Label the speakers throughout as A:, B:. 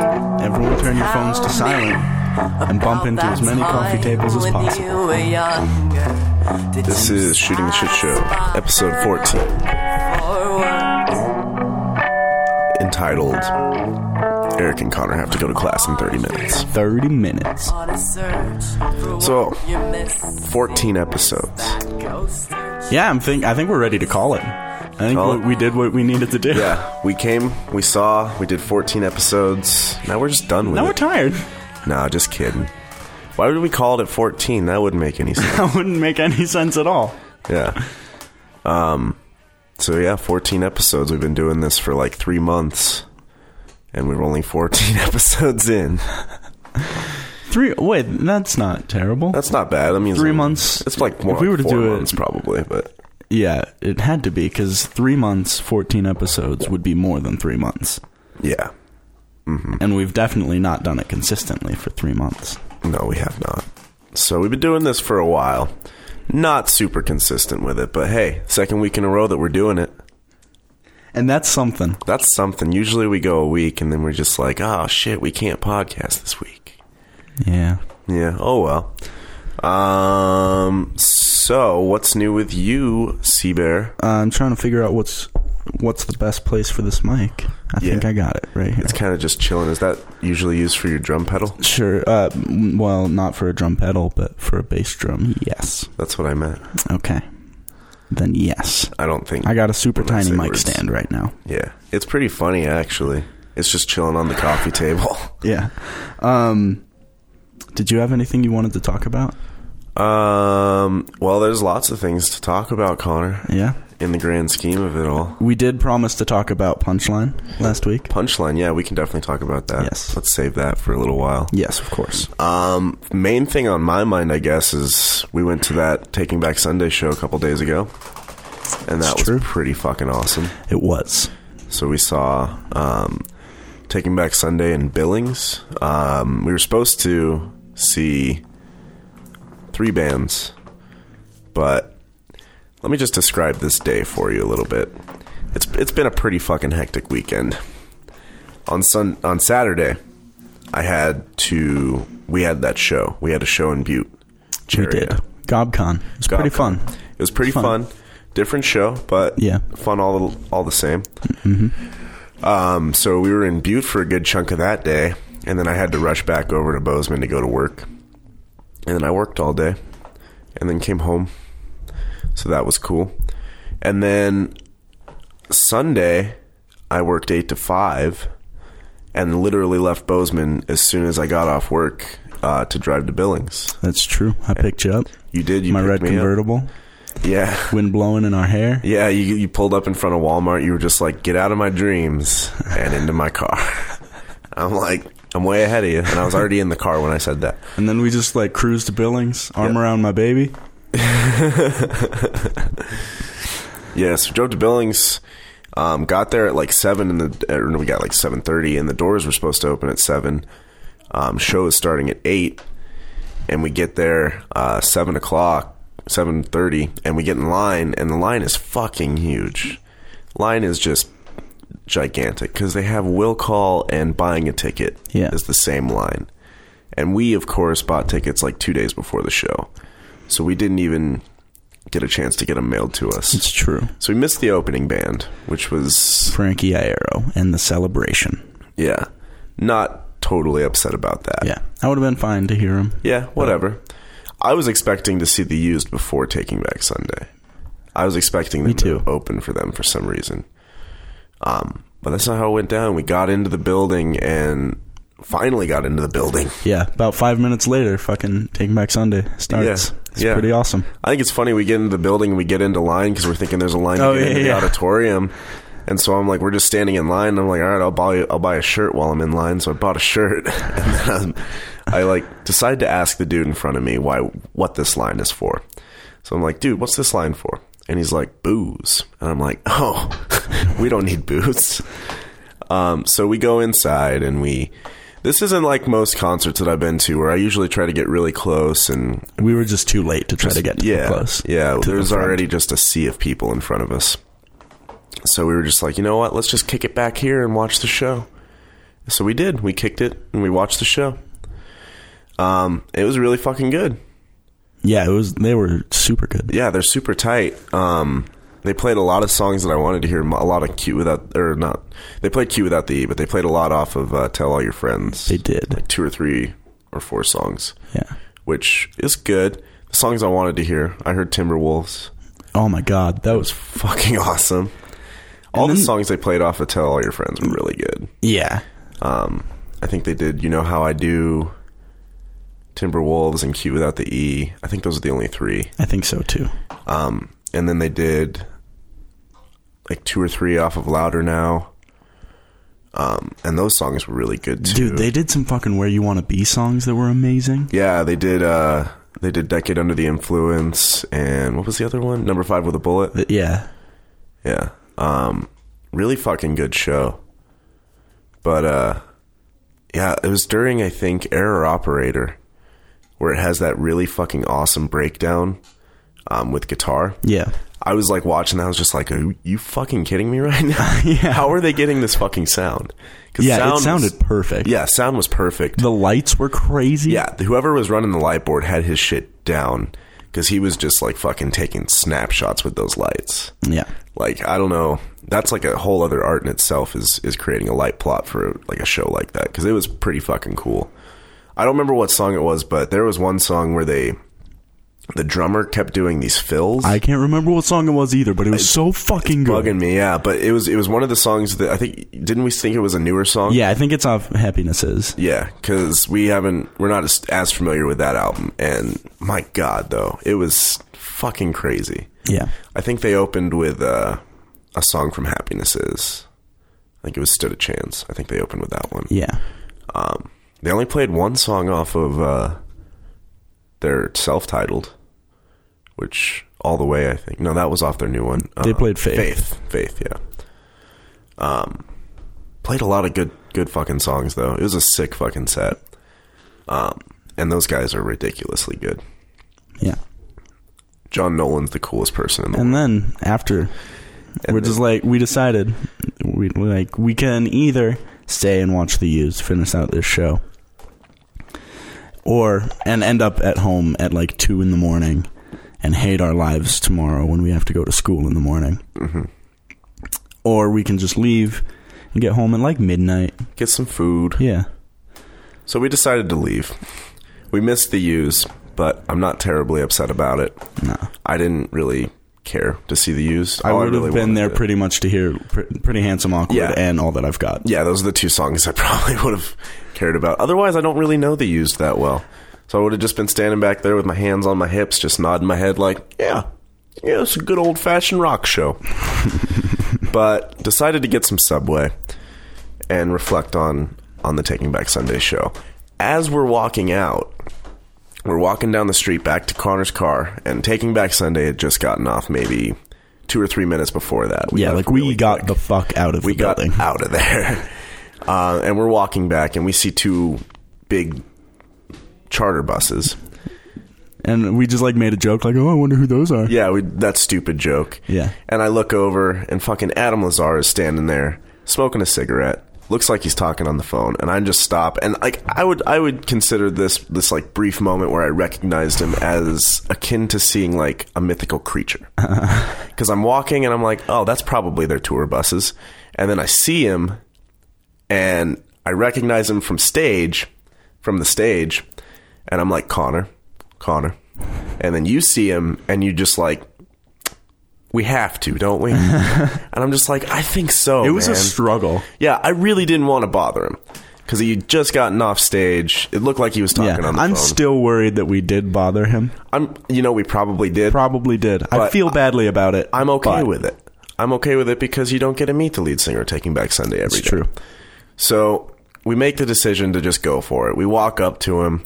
A: all turn your phones to silent and bump into as many coffee tables as possible.
B: This is Shooting the Shit Show, episode 14, entitled Eric and Connor Have to Go to Class in 30 Minutes.
A: 30 minutes.
B: So, 14 episodes.
A: Yeah, I'm think I think we're ready to call it. I think
B: Call
A: we,
B: it.
A: we did what we needed to do.
B: Yeah, we came, we saw, we did 14 episodes. Now we're just done with
A: Now we're
B: it.
A: tired.
B: nah, just kidding. Why would we call it at 14? That wouldn't make any sense.
A: That wouldn't make any sense at all.
B: yeah. Um. So yeah, 14 episodes. We've been doing this for like three months, and we're only 14 episodes in.
A: Three. Wait, that's not terrible.
B: That's not bad. I mean, it's
A: Three
B: like-
A: months.
B: It's like more
A: If we
B: like
A: were to
B: four
A: do it-
B: months, probably. But
A: yeah, it had to be because three months, 14 episodes would be more than three months.
B: yeah,
A: And we've definitely not done it consistently for three months.
B: no, we have not. So we've been doing this for a while. Not super consistent with it, but hey, second week in a row that we're doing it.
A: And that's something.
B: That's something. Usually we go a week and then we're just like, oh shit, we can't podcast this week.
A: Yeah.
B: Yeah. Oh well. Um. So what's new with you, Seabear?
A: Uh, I'm trying to figure out what's what's the best place for this mic. I think
B: Yeah.
A: I got it right here.
B: It's kind of just chilling. Is that usually used for your drum pedal?
A: Sure. Uh, m- well, not for a drum pedal, but for a bass drum. Yes.
B: That's what I meant.
A: Okay. Then yes.
B: I don't think.
A: I got a super
B: When I
A: tiny
B: say
A: mic
B: words.
A: stand right now.
B: Yeah, it's pretty funny actually. It's just chilling on the coffee table.
A: Yeah. Um, did you have anything you wanted to talk about?
B: Um. Well, there's lots of things to talk about, Connor.
A: Yeah.
B: In the grand scheme of it all,
A: We did promise to talk about Punchline last week.
B: punchline. Yeah, we can definitely talk about that.
A: Yes.
B: Let's save that for a little while.
A: Yes, of course.
B: Um, main thing on my mind, I guess, is we went to that Taking Back Sunday show a couple days ago, and that
A: It's
B: was
A: true.
B: pretty fucking awesome.
A: It was.
B: So we saw um, Taking Back Sunday in Billings. Um, we were supposed to see three bands, but let me just describe this day for you a little bit. It's it's been a pretty fucking hectic weekend. On sun on Saturday, I had to we had that show. We had a show in Butte.
A: We did.
B: Cheria.
A: GobCon. It was pretty
B: Gotham.
A: fun.
B: It was pretty
A: Fun.
B: fun. Different show, but
A: Yeah. Mm-hmm.
B: fun all the, all the same. Um, so we were in Butte for a good chunk of that day, and then I had to rush back over to Bozeman to go to work, and then I worked all day, and then came home. So that was cool, and then Sunday I worked eight to five, and literally left Bozeman as soon as I got off work uh, to drive to Billings.
A: That's true. I picked you up.
B: You did. You
A: My
B: picked
A: red
B: me up.
A: convertible.
B: Yeah.
A: Wind blowing in our hair.
B: Yeah, you you pulled up in front of Walmart. You were just like, "Get out of my dreams and into my car." I'm like, I'm way ahead of you, and I was already in the car when I said that.
A: And then we just like cruised to Billings, arm
B: Yep.
A: around my baby.
B: Yeah, so drove to Billings. Um, got there at like seven, and the or no, we got like seven thirty, and the doors were supposed to open at seven. Um, show is starting at eight, and we get there uh, seven o'clock, seven thirty, and we get in line, and the line is fucking huge. Line is just gigantic because they have will call and buying a ticket
A: Yeah.
B: is the same line, and we of course bought tickets like two days before the show, so we didn't even get a chance to get them mailed to us.
A: It's true.
B: So we missed the opening band, which was
A: Frankie Iero and the celebration.
B: yeah, not totally upset about that.
A: Yeah. I would have been fine to hear him.
B: Yeah, whatever. I was expecting to see the used before Taking Back Sunday. I was expecting them
A: too.
B: to open for them for some reason. Um, but that's not how it went down. We got into the building and finally got into the building.
A: Yeah. About five minutes later, fucking Taking Back Sunday starts.
B: Yeah.
A: It's
B: Yeah.
A: pretty awesome.
B: I think it's funny we get into the building and we get into line because we're thinking there's a line to
A: Oh,
B: get
A: yeah,
B: into the
A: yeah.
B: auditorium. And so I'm like, we're just standing in line. And I'm like, all right, I'll buy I'll buy a shirt while I'm in line. So I bought a shirt, and then I'm- I like decide to ask the dude in front of me why what this line is for. So I'm like, dude, what's this line for? And he's like, booze. And I'm like, oh, we don't need booze. Um, so we go inside and we. This isn't like most concerts that I've been to, where I usually try to get really close and
A: We were just too late to try to get to
B: yeah,
A: the close.
B: Yeah,
A: to the
B: there's
A: front.
B: already just a sea of people in front of us. So we were just like, you know what? Let's just kick it back here and watch the show. So we did. We kicked it and we watched the show. Um, it was really fucking good.
A: Yeah, it was. They were super good.
B: Yeah, they're super tight. Um, they played a lot of songs that I wanted to hear. A lot of "Cute Without" or not. They played "Cute Without the E," but they played a lot off of uh, "Tell All Your Friends."
A: They did.
B: like two or three or four songs,
A: Yeah.
B: which is good. The songs I wanted to hear. I heard Timberwolves.
A: Oh my god, that was.
B: Fucking awesome. All
A: And
B: the
A: then-
B: songs they played off of "Tell All Your Friends" were really good.
A: Yeah.
B: Um, I think they did. You know how I do. Timberwolves and "Cute Without the E. I think those are the only three.
A: I think so too.
B: Um, and then they did like two or three off of Louder Now. Um, and those songs were really good too.
A: Dude, they did some fucking Where You Want to Be songs that were amazing.
B: yeah, they did. Uh, they did Decade Under the Influence, and what was the other one? Number Five with a Bullet.
A: But yeah.
B: Yeah. Um, really fucking good show. But uh, yeah, it was during I think Error Operator, where it has that really fucking awesome breakdown um, with guitar.
A: Yeah.
B: I was like watching that. I was just like, "Are you fucking kidding me right now?
A: Yeah.
B: How are they getting this fucking sound? 'Cause
A: Yeah, it
B: was-
A: sounded perfect.
B: yeah, sound was perfect.
A: The lights were crazy.
B: yeah, whoever was running the light board had his shit down because he was just like fucking taking snapshots with those lights.
A: Yeah.
B: Like I don't know. That's like a whole other art in itself is is creating a light plot for like a show like that because it was pretty fucking cool. I don't remember what song it was, but there was one song where they, the drummer kept doing these fills.
A: I can't remember what song it was either, but it was so fucking good.
B: bugging me. Yeah, but it was it was one of the songs that I think didn't we think it was a newer song?
A: Yeah, I think it's off Happiness Is.
B: yeah, because we haven't we're not as, as familiar with that album. And my God, though, it was fucking crazy.
A: Yeah.
B: I think they opened with uh, a song from Happiness Is. I think it was Stood a Chance. I think they opened with that one.
A: Yeah.
B: Um, they only played one song off of uh, their self-titled, which all the way I think. No, that was off their new one.
A: They
B: Uh,
A: played Faith.
B: Faith, Faith, yeah. Um, played a lot of good, good fucking songs though. It was a sick fucking set. Um, and those guys are ridiculously good.
A: Yeah.
B: John Nolan's the coolest person in the
A: And then after,
B: And
A: we're
B: then-
A: just like we decided, we we're like we can either stay and watch the U's finish out this show, or and end up at home at like two in the morning, and hate our lives tomorrow when we have to go to school in the morning,
B: Mm-hmm.
A: or we can just leave and get home at like midnight.
B: world. Get some food.
A: Yeah,
B: So we decided to leave. We missed the U's, but I'm not terribly upset about it.
A: no,
B: I didn't really care to see the U's.
A: I
B: All
A: would have
B: really
A: been
B: wanted
A: there
B: to-
A: pretty much to hear pr- pretty handsome, awkward,
B: Yeah.
A: and all that I've got.
B: Yeah, those are the two songs I probably would have cared about. Otherwise, I don't really know the used that well. So I would have just been standing back there with my hands on my hips, just nodding my head like, yeah, yeah, it's a good old fashioned rock show. but decided to get some Subway and reflect on on the Taking Back Sunday show. As we're walking out, we're walking down the street back to Connor's car, and Taking Back Sunday had just gotten off maybe two or three minutes before that.
A: Yeah,
B: left
A: like we
B: really
A: got
B: quick
A: the fuck out of
B: we
A: the
B: got
A: building.
B: out of there. Uh, and we're walking back, and we see two big charter buses.
A: And we just like made a joke, like, oh, I wonder who those are.
B: Yeah, we, that stupid joke.
A: Yeah.
B: And I look over, and fucking Adam Lazar is standing there smoking a cigarette. Looks like he's talking on the phone, and I just stop. And like I would, I would consider this this like brief moment where I recognized him as akin to seeing like a mythical creature. Because I'm walking, and I'm like, oh, that's probably their tour buses. And then I see him, and I recognize him from stage, from the stage, and I'm like Connor, Connor, and then you see him and you just like, we have to, don't we? and I'm just like, I think so.
A: It was a
B: man.
A: struggle.
B: yeah. I really didn't want to bother him because he had just gotten off stage. It looked like he was talking
A: Yeah,
B: on the
A: I'm
B: phone.
A: still worried that we did bother him.
B: I'm, you know, we probably did.
A: Probably did. I
B: But
A: feel badly about it.
B: I'm okay
A: but
B: with it. I'm okay with it because you don't get to meet the lead singer of Taking Back Sunday every day.
A: It's true.
B: So we make the decision to just go for it. We walk up to him.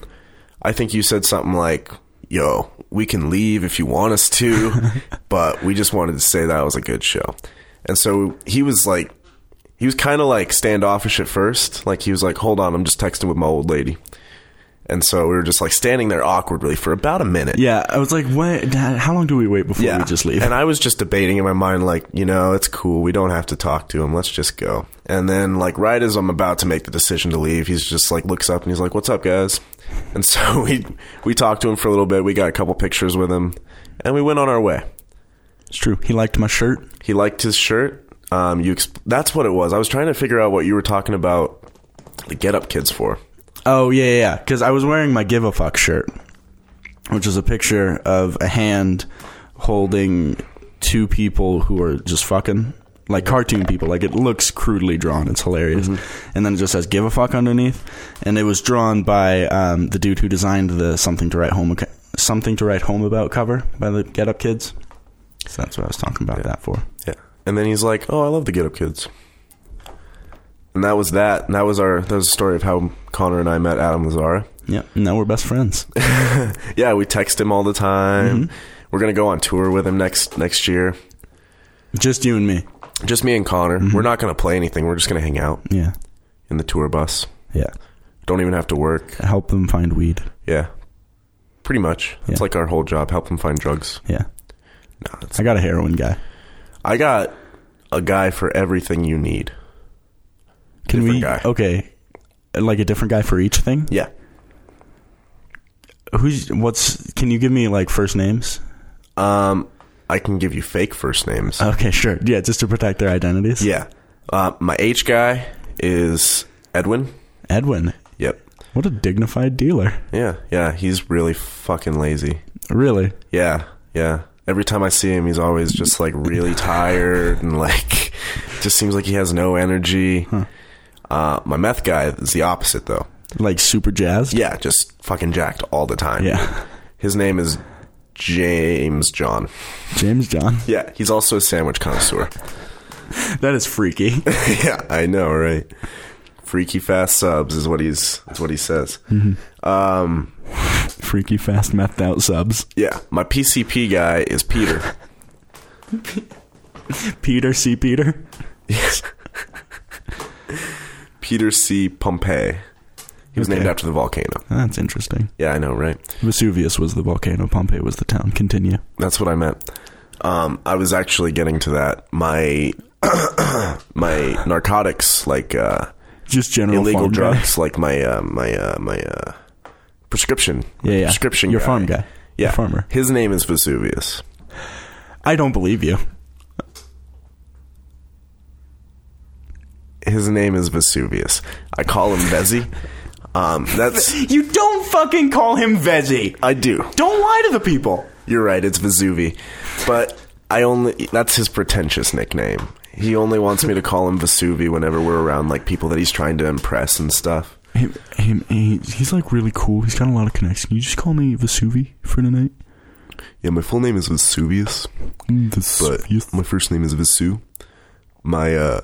B: I think you said something like, "Yo, we can leave if you want us to, but we just wanted to say that was a good show." And so he was like, he was kind of like standoffish at first. Like he was like, "Hold on, I'm just texting with my old lady." And so we were just like standing there awkwardly for about a minute.
A: Yeah, I was like, "What? How long do we wait before we just leave?"
B: And I was just debating in my mind, like, you know, it's cool. We don't have to talk to him. Let's just go. And then, like, right as I'm about to make the decision to leave, he's just like looks up and he's like, "What's up, guys?" And so we we talked to him for a little bit. We got a couple pictures with him, and we went on our way.
A: it's true. He liked my shirt.
B: He liked his shirt. Um, you exp- that's what it was. I was trying to figure out what you were talking about the Get Up Kids for.
A: Oh yeah, yeah, yeah. Because I was wearing my give a fuck shirt, which is a picture of a hand holding two people who are just fucking like cartoon people. Like it looks crudely drawn. It's hilarious. And then it just says give a fuck underneath, and it was drawn by um, the dude who designed the something to write home something to write home about cover by the Get Up Kids. So that's what I was talking about that for.
B: Yeah. And then he's like, "Oh, I love the Get Up Kids." And that was that. And that was our that was the story of how Connor and I met Adam Lazara.
A: Yeah. Now we're best friends.
B: Yeah, we text him all the time. We're gonna go on tour with him next next year.
A: just you and me.
B: Just me and Connor. We're not gonna play anything. We're just gonna hang out
A: Yeah.
B: in the tour bus.
A: Yeah.
B: Don't even have to work.
A: Help them find weed.
B: Yeah, pretty much. It's
A: Yeah.
B: like our whole job. Help them find drugs.
A: Yeah.
B: No, it's,
A: I got a heroin guy.
B: I got a guy for everything you need.
A: Can
B: Different
A: we?
B: guy.
A: Okay, like a different guy for each thing.
B: Yeah,
A: Who's? What's? Can you give me like first names?
B: um, I can give you fake first names.
A: Okay, sure. Yeah, just to protect their identities.
B: yeah, uh, my H guy is Edwin.
A: Edwin.
B: Yep.
A: What a dignified dealer.
B: Yeah, yeah. He's really fucking lazy.
A: Really?
B: Yeah, yeah. Every time I see him, he's always just like really tired and like just seems like he has no energy. Uh, my meth guy is the opposite though.
A: Like super jazzed.
B: Yeah, just fucking jacked all the time.
A: Yeah.
B: His name is James John.
A: James John.
B: Yeah, he's also a sandwich connoisseur.
A: That is freaky.
B: yeah, I know, right? Freaky fast subs is what he's is what he says.
A: Hmm.
B: Um,
A: freaky fast methed out subs.
B: yeah, my PCP guy is Peter.
A: Peter C. Peter.
B: Peter C. Pompey. He was named
A: Okay.
B: after the volcano.
A: That's interesting.
B: Yeah, I know, right?
A: Vesuvius was the volcano. Pompeii was the town. Continue.
B: That's what I meant. Um, I was actually getting to that. My my narcotics, like uh,
A: Just general
B: illegal
A: farm guy.
B: drugs, like my uh, my uh, my uh, prescription,
A: Yeah, yeah.
B: prescription.
A: Your farm guy.
B: yeah,
A: Your farmer.
B: His name is Vesuvius.
A: I don't believe you.
B: His name is Vesuvius. I call him Vezi. Um, that's
A: You don't fucking call him Veggie.
B: I do.
A: Don't lie to the people.
B: You're right. It's Vesuvi, but I only—that's his pretentious nickname. He only wants me to call him Vesuvi whenever we're around like people that he's trying to impress and stuff.
A: Hey, hey, hey, he's like really cool. He's got a lot of connections. Can you just call me Vesuvi for tonight?
B: Yeah, my full name is Vesuvius, Mm, but
A: Vesuvius.
B: my first name is Vesu. My uh,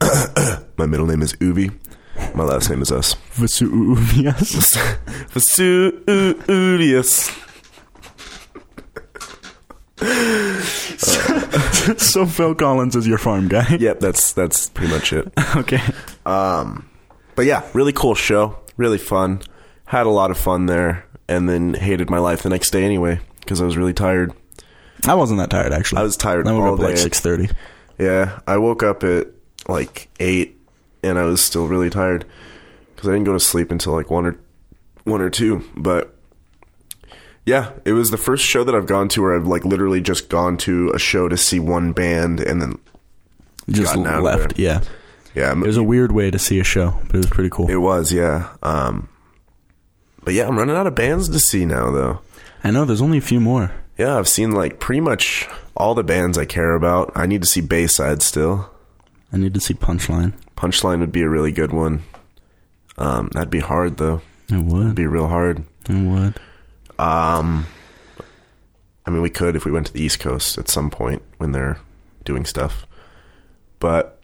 B: my middle name is Uvi. My last name is Us.
A: Vesuvius.
B: Vesuvius.
A: so Phil Collins is your farm guy.
B: Yep, that's that's pretty much it.
A: Okay.
B: But yeah, really cool show. Really fun. Had a lot of fun there, and then hated my life the next day anyway because I was really tired.
A: I wasn't that tired actually.
B: I was tired
A: I woke
B: all
A: up at like
B: day.
A: six thirty.
B: Yeah, I woke up at like eight, and I was still really tired because I didn't go to sleep until like one or one or two. But yeah, it was the first show that I've gone to where I've like literally just gone to a show to see one band, and then
A: Just
B: Gotten out of
A: left.
B: there.
A: Yeah.
B: yeah, I'm-
A: It was a weird way to see a show, but it was pretty cool.
B: it was yeah. Um, but yeah, I'm running out of bands to see now though.
A: I know. There's only a few more.
B: Yeah, I've seen like pretty much all the bands I care about. I need to see Bayside still.
A: I need to see Punchline.
B: Punchline would be a really good one. Um, that'd be hard though.
A: It
B: It'd
A: would.
B: be real hard.
A: It would.
B: Um, I mean, we could if we went to the East Coast at some point when they're doing stuff. But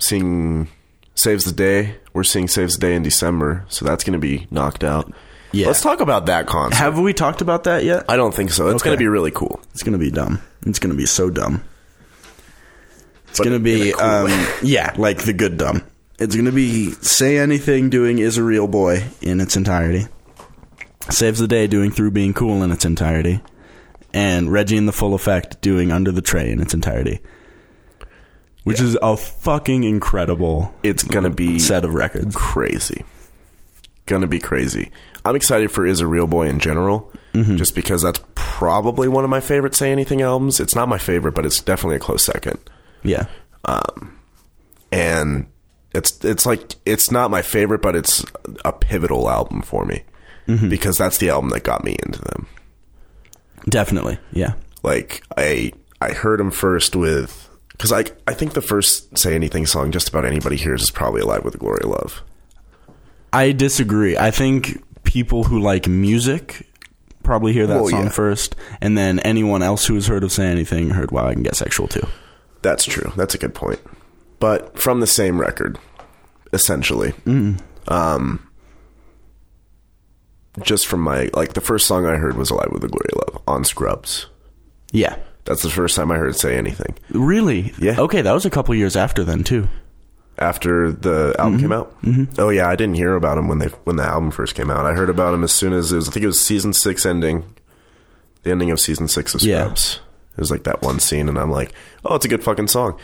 B: seeing Saves the Day, we're seeing Saves the Day in December, so that's going to be knocked out.
A: Yeah.
B: Let's talk about that concert.
A: Have we talked about that yet?
B: I don't think so. It's
A: Okay.
B: going to be really cool.
A: It's gonna be dumb. It's gonna be so dumb. It's
B: But
A: gonna
B: in
A: be
B: a cool
A: um,
B: way.
A: yeah, like the good dumb. It's going to be Say Anything doing Is a Real Boy in its entirety. Saves the Day doing Through Being Cool in its entirety. And Reggie in the Full Effect doing Under the Tray in its entirety. Which is a fucking incredible
B: It's gonna be
A: set of records.
B: crazy. Gonna be crazy. I'm excited for Is a Real Boy in general,
A: Mm-hmm.
B: just because that's probably one of my favorite Say Anything albums. It's not my favorite, but it's definitely a close second.
A: Yeah.
B: And it's it's like it's not my favorite, but it's a pivotal album for me because that's the album that got me into them.
A: Definitely. Yeah.
B: like I I heard him first with because I I think the first say anything song just about anybody hears is probably Alive with the Glory of Love.
A: I disagree. I think people who like music probably hear that
B: Well,
A: song
B: yeah.
A: first, and then anyone else who has heard of Say Anything heard Wow, I Can Get Sexual Too.
B: That's true. That's a good point. But from the same record, essentially. Um, just from my like the first song I heard was Alive with the Glory of Love on Scrubs.
A: Yeah.
B: That's the first time I heard say anything
A: Really?
B: Yeah.
A: Okay, that was a couple years after then, too.
B: after the album came out. Mm-hmm. Oh yeah, I didn't hear about him when they when the album first came out. I heard about him as soon as it was. I think it was season six ending, the ending of season six of
A: Yeah.
B: Scrubs. It was like that one scene, and I'm like, oh, it's a good fucking song.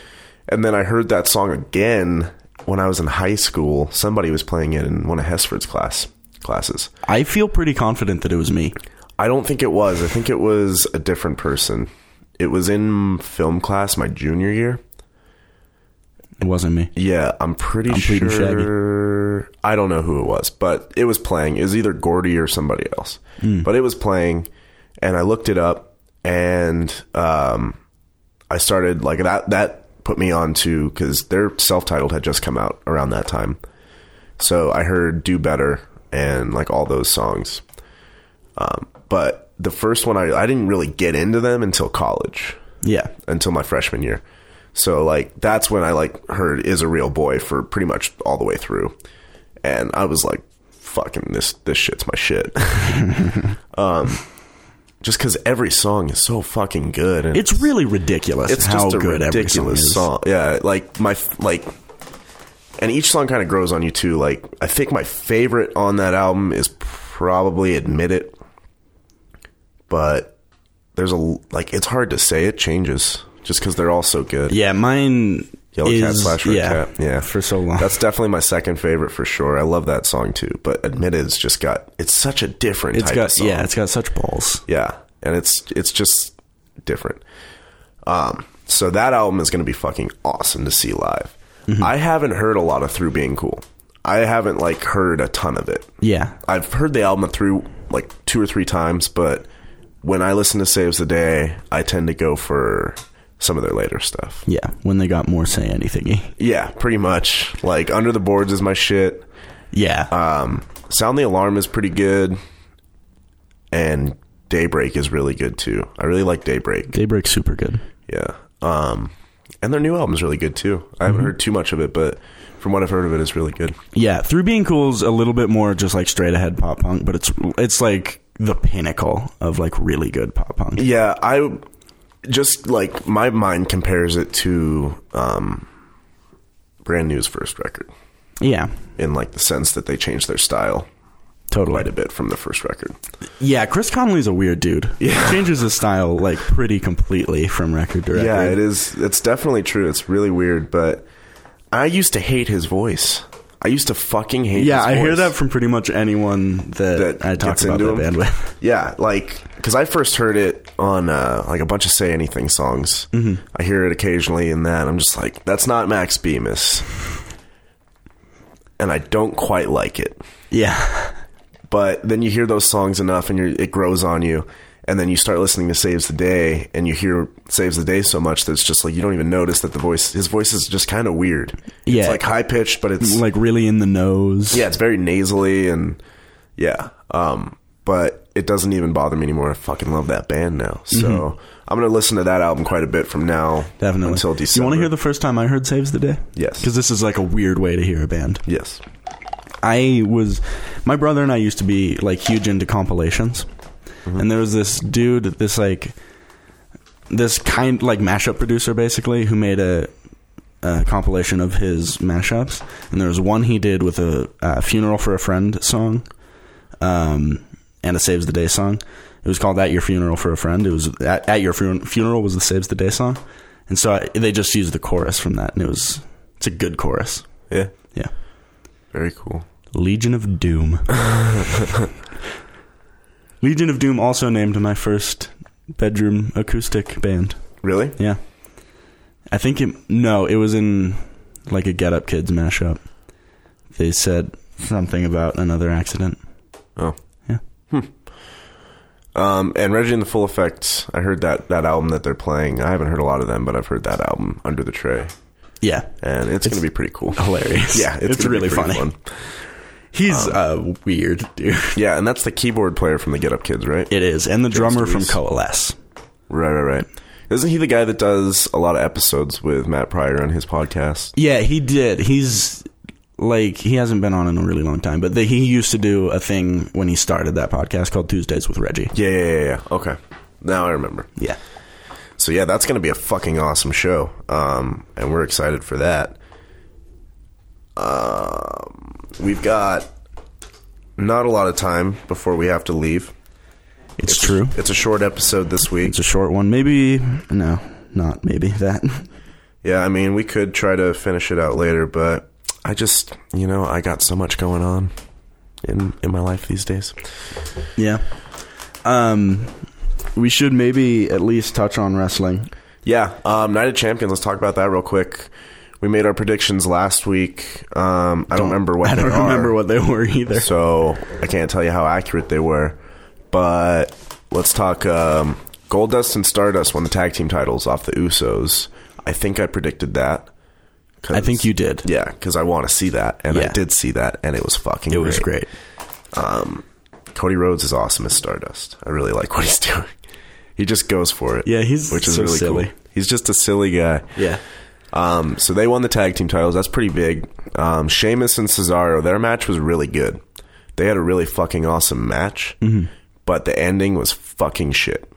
B: And then I heard that song again when I was in high school. Somebody was playing it in one of Hesford's class classes.
A: I feel pretty confident that it was me.
B: I don't think it was. I think it was a different person. It was in film class my junior year.
A: It wasn't me.
B: Yeah, I'm pretty
A: pleading Shaggy.
B: sure. I don't know who it was, but it was playing. It was either Gordy or somebody else, but it was playing, and I looked it up, and um, I started like that. That put me on to because their self-titled had just come out around that time, so I heard "Do Better" and like all those songs. Um, but the first one, I I didn't really get into them until college
A: Yeah.
B: until my freshman year. So like that's when I like heard is a real boy for pretty much all the way through. And I was like fucking this this shit's my shit. um just cuz every song is so fucking good and
A: It's really ridiculous
B: it's
A: how
B: just a
A: good every song
B: ridiculous
A: is.
B: song, Yeah, like my f- like and each song kind of grows on you too. Like I think my favorite on that album is probably Admit It. But there's a l- like it's hard to say it changes just cuz they're all so good.
A: Yeah, mine
B: Yellow
A: is,
B: Cat slash Red
A: yeah,
B: Cat. Yeah.
A: for so long.
B: That's definitely my second favorite for sure. I love that song too, but Admit It's just got it's such a different
A: it's
B: type of
A: got
B: song.
A: yeah, it's got such balls.
B: Yeah, and it's it's just different. Um, so that album is going to be fucking awesome to see live. I haven't heard a lot of Through Being Cool. I haven't like heard a ton of it.
A: Yeah.
B: I've heard the album through like two or three times, but when I listen to Saves the Day, I tend to go for some of their later stuff.
A: Yeah, when they got more say anythingy.
B: Yeah, pretty much. Like Under the Boards is my shit.
A: Yeah.
B: Um, Sound the Alarm is pretty good, and Daybreak is really good too. I really like Daybreak.
A: Daybreak's super good.
B: Yeah. Um, and their new album's really good too. I haven't heard too much of it, but from what I've heard of it, it's really good.
A: Yeah, through being cool's a little bit more just like straight ahead pop punk, but it's it's like the pinnacle of like really good pop punk.
B: Yeah, I just like my mind compares it to um, Brand New's first record
A: Yeah,
B: in like the sense that they changed their style quite a
A: totally.
B: bit from the first record.
A: Yeah, Chris Conley's a weird dude.
B: Yeah.
A: He changes his style like pretty completely from record to record.
B: Yeah, it is. It's definitely true. It's really weird, but I used to hate his voice. I used to fucking hate.
A: Yeah,
B: his
A: I hear
B: voice.
A: that from pretty much anyone that,
B: that
A: I talk
B: gets
A: about
B: into
A: that
B: him.
A: band with.
B: Yeah, like because I first heard it on uh, like a bunch of Say Anything songs. Mm-hmm. I hear it occasionally in that. I'm just like, that's not Max Bemis, and I don't quite like it.
A: Yeah,
B: But then you hear those songs enough, and you're, it grows on you. And then you start listening to Saves the Day, and you hear Saves the Day so much that it's just like you don't even notice that the voice, his voice is just kind of weird.
A: Yeah.
B: it's like high pitched, but it's
A: like really in the nose.
B: yeah, it's very nasally and yeah. Um, but it doesn't even bother me anymore. I fucking love that band now. So I'm gonna listen to that album quite a bit from now
A: Mm-hmm. definitely.
B: until December.
A: You want to hear the first time I heard "Saves the Day"?
B: Yes.
A: because this is like a weird way to hear a band.
B: Yes.
A: I was my brother and I used to be like huge into compilations. And there was this dude, this like this kind like mashup producer basically who made a uh, compilation of his mashups, and there was one he did with a uh, "Funeral for a Friend" song, um, and a "Saves the Day" song. It was called "At Your Funeral for a Friend." It was at, at your fun- funeral was the "Saves the Day" song, and so I, they just used the chorus from that, and it was it's a good chorus.
B: Yeah.
A: Yeah,
B: Very cool.
A: Legion of Doom. Legion of Doom also named my first bedroom acoustic band.
B: Really?
A: Yeah. I think it no, it was in like a Get Up Kids mashup. They said something about another accident.
B: Oh.
A: Yeah.
B: Um, and Reggie and the Full Effects. I heard that that album that they're playing. I haven't heard a lot of them, but I've heard that album Under the Tray,
A: Yeah.
B: and it's, gonna be pretty cool.
A: Hilarious.
B: Yeah,
A: it's,
B: gonna be
A: really
B: pretty
A: funny. He's uh weird, dude.
B: Yeah, and that's the keyboard player from the Get Up Kids, right?
A: It is. And the drummer from
B: Reese.
A: Coalesce.
B: Right, right, right. Isn't he the guy that does a lot of episodes with Matt Pryor on his podcast?
A: Yeah, he did. He's like he hasn't been on in a really long time, but the, he used to do a thing when he started that podcast called Tuesdays with Reggie.
B: Yeah, yeah, yeah, yeah. Okay, now I remember.
A: Yeah.
B: So yeah, that's gonna be a fucking awesome show, um, and we're excited for that. Um, we've got not a lot of time before we have to leave.
A: It's, true.
B: It's a short episode this week.
A: It's a short one. Maybe no, not maybe that.
B: Yeah, I mean, we could try to finish it out later, but I just, you know, I got so much going on in in my life these days.
A: yeah. Um we should maybe at least touch on wrestling.
B: Yeah, um, Night of Champions. Let's talk about that real quick. We made our predictions last week. Um, I don't, remember what
A: I don't
B: they are,
A: remember what they were either.
B: so I can't tell you how accurate they were. But let's talk um, Goldust and Stardust won the tag team titles off the Usos. I think I predicted that. 'cause-
A: I think you did.
B: Yeah, because I want to see that, and I
A: Yeah.
B: did see that, and it was fucking.
A: It was great.
B: Cody Rhodes is awesome as Stardust. I really like what he's doing. He just goes for it.
A: Yeah, he's
B: which is
A: so
B: really
A: silly.
B: cool. He's just a silly guy.
A: Yeah.
B: Um, so they won the tag team titles. That's pretty big. Um, Sheamus and Cesaro, their match was really good. They had a really fucking awesome match, but the ending was fucking shit.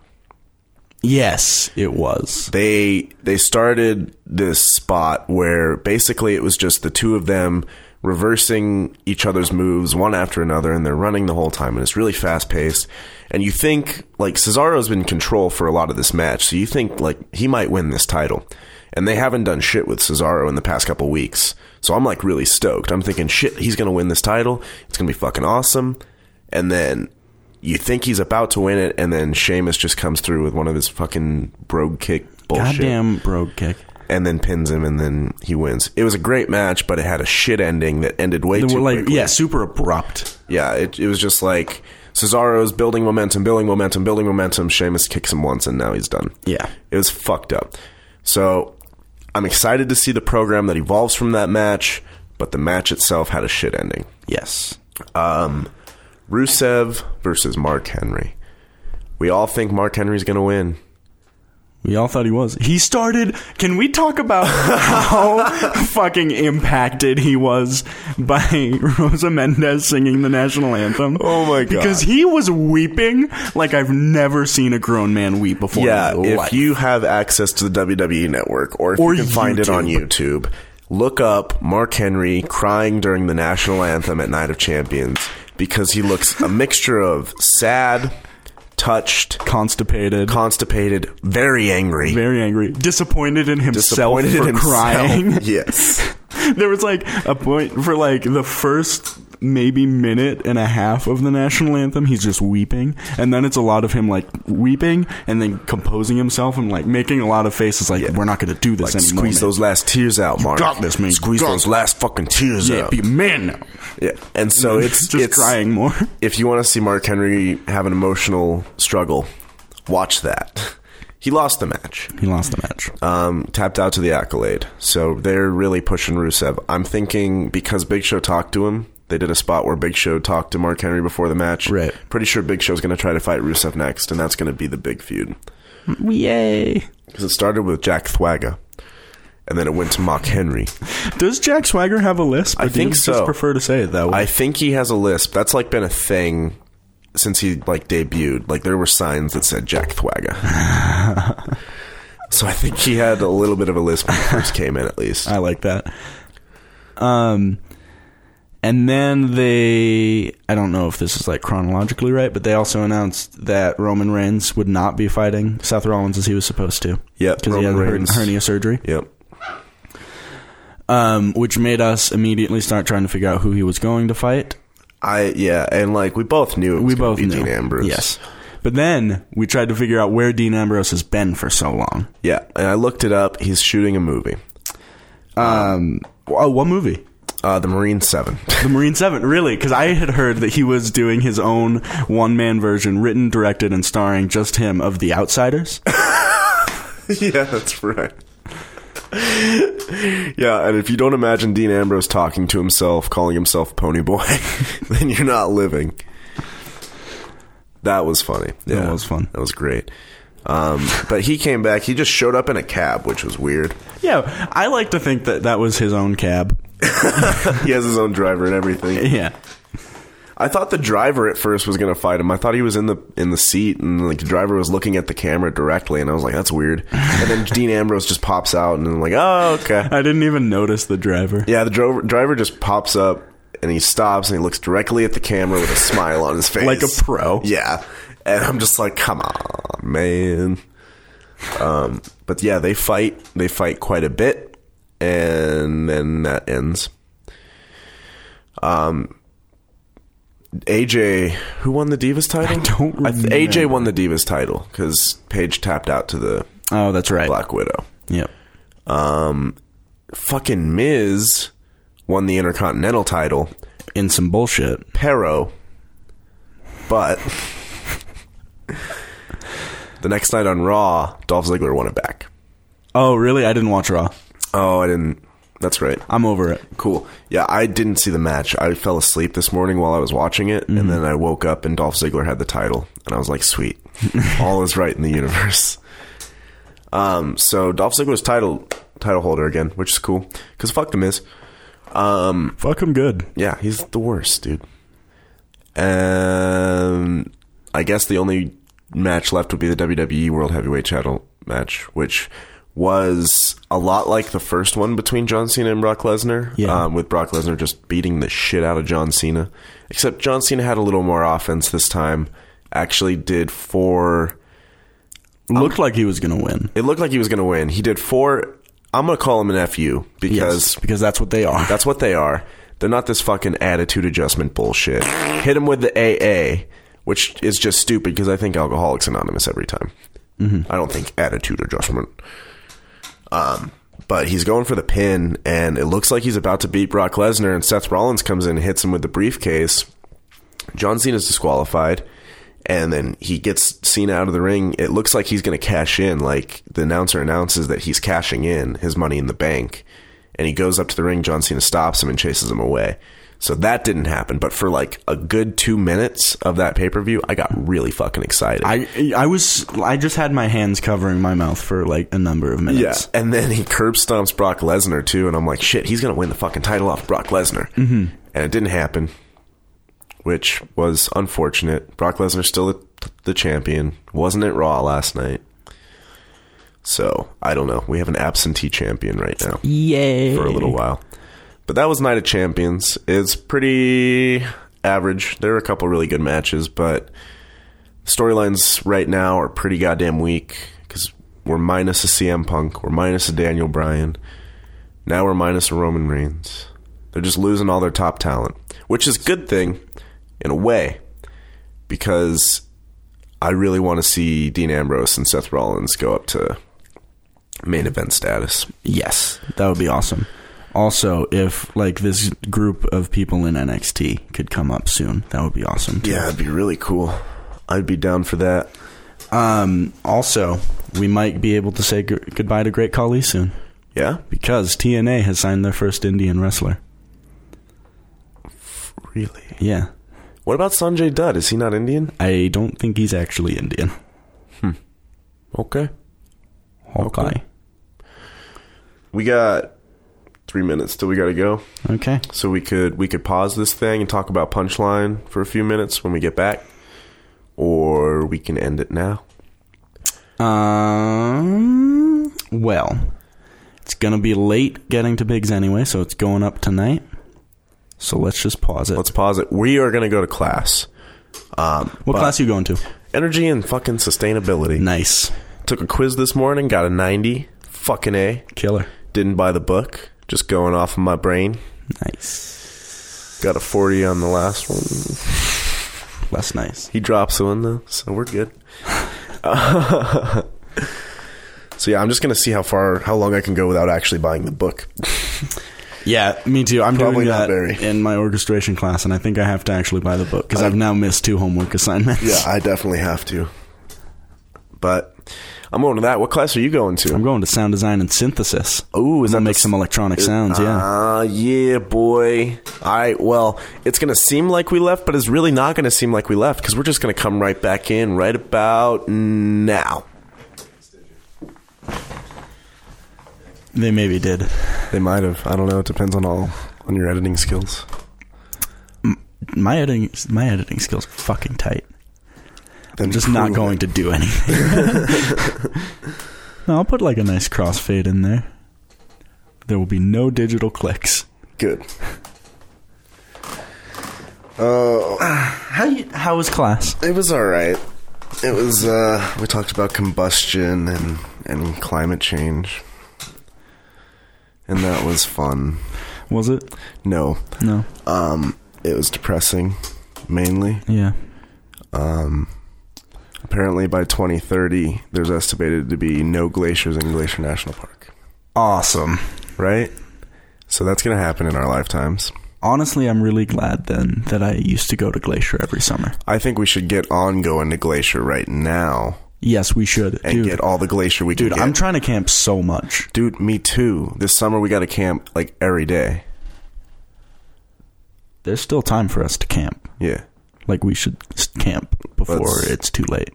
A: Yes, it was.
B: They they started this spot where basically it was just the two of them reversing each other's moves one after another, and they're running the whole time, and it's really fast paced. And you think like Cesaro's been in control for a lot of this match, so you think like he might win this title. And they haven't done shit with Cesaro in the past couple weeks. So I'm like really stoked. I'm thinking, shit, he's going to win this title. It's going to be fucking awesome. And then you think he's about to win it, and then Sheamus just comes through with one of his fucking brogue kick bullshit.
A: Goddamn brogue kick.
B: And then pins him, and then he wins. It was a great match, but it had a shit ending that ended way
A: They
B: too
A: were like
B: quickly.
A: yeah, super abrupt.
B: Yeah, it, it was just like Cesaro's building momentum, building momentum, building momentum. Sheamus kicks him once, and now he's done.
A: Yeah.
B: It was fucked up. So I'm excited to see the program that evolves from that match, but the match itself had a shit ending.
A: Yes.
B: Rusev versus Mark Henry. We all think Mark Henry's going to win.
A: We all thought he was. He started. Can we talk about how fucking impacted he was by Rosa Mendez singing the national anthem?
B: Oh my God.
A: Because he was weeping like I've never seen a grown man weep before.
B: Yeah,
A: in my life.
B: if you have access to the WWE network or if
A: Or
B: you can find it on YouTube, look up Mark Henry crying during the national anthem at Night of Champions because he looks a mixture of sad, touched,
A: constipated,
B: constipated, very angry,
A: very angry, disappointed in himself
B: disappointed
A: for
B: in himself.
A: crying.
B: Yes.
A: there was like a point for like the first maybe minute and a half of the national anthem he's just weeping and then it's a lot of him like weeping and then composing himself and like making a lot of faces like we're not going to do this
B: Like,
A: anymore
B: squeeze those last tears out, Mark.
A: got this, man. You
B: Squeeze
A: got
B: those
A: this.
B: last fucking tears
A: yeah
B: out.
A: be a man now
B: yeah. And so it's
A: just
B: it's,
A: crying more
B: if you want to see Mark Henry have an emotional struggle, watch that. He lost the match,
A: he lost the match
B: um, tapped out to the accolade. So they're really pushing Rusev. I'm thinking because Big Show talked to him, they did a spot where Big Show talked to Mark Henry before the match.
A: Right.
B: Pretty sure Big Show's going to try to fight Rusev next, and that's going to be the big feud.
A: yay
B: Because it started with Jack Thwaga, and then it went to Mark Henry.
A: does jack swagger have a lisp
B: I
A: Or do
B: think
A: you
B: so.
A: just prefer to say it that way
B: I think he has a lisp. That's like been a thing since he like debuted. Like there were signs that said Jack Thwaga. So I think he had a little bit of a lisp when he first came in, at least.
A: I like that. Um, and then they, I don't know if this is like chronologically right, but they also announced that Roman Reigns would not be fighting Seth Rollins as he was supposed to
B: Yep,
A: because he had
B: Roman
A: her-
B: Reigns.
A: hernia surgery,
B: Yep.
A: um, which made us immediately start trying to figure out who he was going to fight.
B: I yeah, and like we both knew it
A: We
B: was gonna
A: both
B: be
A: knew
B: Dean Ambrose.
A: Yes. But then we tried to figure out where Dean Ambrose has been for so long.
B: Yeah, and I looked it up. He's shooting a movie.
A: Um, oh, what movie?
B: Uh, the Marine Seven.
A: The Marine Seven, really? Because I had heard that he was doing his own one-man version, written, directed, and starring just him of The Outsiders.
B: yeah, that's right. yeah, and if you don't imagine Dean Ambrose talking to himself, calling himself Pony Boy, then you're not living. That was funny. Yeah,
A: was fun.
B: That was great. Um, but he came back. He just showed up in a cab, which was weird.
A: yeah, I like to think that that was his own cab.
B: He has his own driver and everything.
A: Yeah,
B: I thought the driver at first was going to fight him. I thought he was in the in the seat, and like the driver was looking at the camera directly, and I was like, "That's weird." And then Dean Ambrose just pops out, and I'm like, "Oh, okay."
A: I didn't even notice the driver.
B: Yeah, the dro- driver just pops up and he stops and he looks directly at the camera with a smile on his face.
A: Like a pro.
B: Yeah. And I'm just like, come on, man. Um, but yeah, they fight. They fight quite a bit. And then that ends. Um, AJ, who won the Divas title? I
A: don't
B: th- AJ won the Divas title because Paige tapped out to the
A: Oh, that's right.
B: Black Widow
A: Yep.
B: fucking Miz won the Intercontinental title.
A: In some bullshit.
B: Pero, but the next night on Raw, Dolph Ziggler won it back.
A: Oh, really? I didn't watch Raw.
B: Oh, I didn't. That's right.
A: I'm over it.
B: Cool. Yeah, I didn't see the match. I fell asleep this morning while I was watching it, and then I woke up and Dolph Ziggler had the title, and I was like, "Sweet, all is right in the universe." Um, so Dolph Ziggler's title title holder again, which is cool because fuck the Miz.
A: Fuck him good.
B: Yeah, he's the worst, dude. Um, I guess the only match left would be the WWE World Heavyweight Title match, which was a lot like the first one between John Cena and Brock Lesnar.
A: Yeah.
B: Um, with Brock Lesnar just beating the shit out of John Cena, except John Cena had a little more offense this time. Actually, did four.
A: Looked like he was gonna win.
B: It looked like he was going to win. He did four. I'm going to call him an fu because
A: Yes, because that's what they are.
B: that's what they are. They're not this fucking attitude adjustment bullshit. Hit them with the AA, which is just stupid because I think Alcoholics Anonymous every time. I don't think attitude adjustment. Um, but he's going for the pin, and it looks like he's about to beat Brock Lesnar, and Seth Rollins comes in and hits him with the briefcase. John Cena's disqualified, and then he gets Cena out of the ring. It looks like he's going to cash in. Like the announcer announces that he's cashing in his money in the bank, and he goes up to the ring. John Cena stops him and chases him away. So that didn't happen. But for like a good two minutes of that pay per view, I got really fucking excited.
A: I I was I just had my hands covering my mouth for like a number of
B: Yeah,
A: minutes.
B: and then he curb stomps Brock Lesnar too, and I'm like, shit, he's gonna win the fucking title off Brock Lesnar, mm-hmm. and it didn't happen, which was unfortunate. Brock Lesnar's still the, the champion, wasn't it Raw last night? So I don't know. We have an absentee champion right now
A: Yay.
B: for a little while, but that was Night of Champions. It's pretty average. There were a couple really good matches, but storylines right now are pretty goddamn weak because we're minus a CM Punk, we're minus a Daniel Bryan, now we're minus a Roman Reigns. They're just losing all their top talent, which is a good thing in a way because I really want to see Dean Ambrose and Seth Rollins go up to main event status.
A: Yes, that would be awesome. Also, if like this group of people in NXT could come up soon, that would be awesome. Too.
B: Yeah, it'd be really cool. I'd be down for that.
A: Um. Also, we might be able to say g- goodbye to Great Khali soon
B: Yeah?
A: because TNA has signed their first Indian wrestler.
B: Really?
A: Yeah,
B: What about Sanjay Dutt? Is he not Indian?
A: I don't think he's actually Indian.
B: Okay.
A: Hawkeye.
B: We got three minutes till we gotta go.
A: Okay.
B: So we could we could pause this thing and talk about punchline for a few minutes when we get back. Or we can end it now.
A: Um. Well, it's going to be late getting to Biggs anyway, so it's going up tonight. So let's just pause it.
B: Let's pause it. We are going to go to class. Um,
A: what
B: but
A: class are you going to?
B: Energy and fucking sustainability.
A: Nice.
B: Took a quiz this morning, got a 90. Fucking A.
A: Killer.
B: Didn't buy the book. Just going off of my brain.
A: Nice.
B: Got a 40 on the last one.
A: Less nice.
B: He drops one though, so we're good. so yeah, I'm just gonna see how far, how long I can go without actually buying the book.
A: Yeah, me too. I'm
B: Probably
A: doing that
B: not very.
A: in my orchestration class, and I think I have to actually buy the book because I've now missed two homework assignments.
B: Yeah, I definitely have to. But I'm going to that. What class are you going to?
A: I'm going to sound design and synthesis.
B: Ooh,
A: I'm gonna
B: is that the
A: make
B: s-
A: some electronic sounds. yeah,
B: Ah, yeah, boy. All right. Well, it's gonna seem like we left, but it's really not gonna seem like we left because we're just gonna come right back in right about now.
A: they maybe did.
B: They might have. I don't know. It depends on all on your editing skills.
A: My editing, my editing skills are fucking tight.
B: Then
A: I'm just not
B: prove
A: going to do anything. no, I'll put like a nice crossfade in there. There will be no digital clicks.
B: it. Good.
A: How you, how was class?
B: It was all right. It was. uh We talked about combustion and and climate change, and that was fun.
A: Was it?
B: No,
A: No.
B: um, it was depressing, mainly.
A: Yeah.
B: Apparently, by 2030, there's estimated to be no glaciers in Glacier National Park.
A: Awesome.
B: Right. So that's gonna happen in our lifetimes.
A: Honestly, I'm really glad then that I used to go to Glacier every summer.
B: I think we should get on going to Glacier right now
A: Yes, we should,
B: and
A: dude.
B: get all the glacier we
A: dude,
B: can get.
A: I'm trying to camp so much.
B: dude, me too. This summer we got to camp like every day.
A: There's still time for us to camp.
B: Yeah.
A: Like we should s- camp before
B: Let's-
A: it's too late.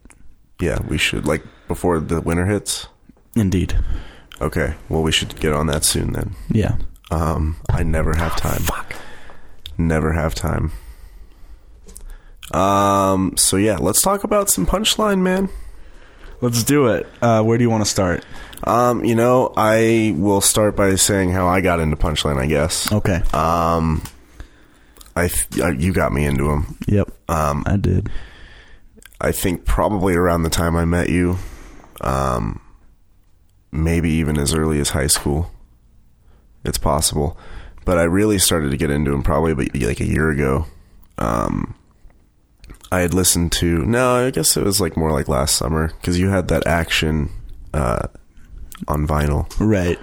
B: Yeah, we should like before the winter hits.
A: Indeed.
B: Okay, well we should get on that soon then.
A: Yeah.
B: Um, I never have time.
A: Fuck.
B: Never have time. Um, so yeah, let's talk about some punchline, man.
A: Let's do it. Uh, where do you want to start?
B: Um, you know, I will start by saying how I got into punchline. I guess
A: Okay.
B: I, th- I you got me into him.
A: yep. Um, I did.
B: I think probably around the time I met you, um, maybe even as early as high school. It's possible, but I really started to get into him probably about- like a year ago. Um, I had listened to no, I guess it was like more like last summer because you had that action uh, on vinyl,
A: Right.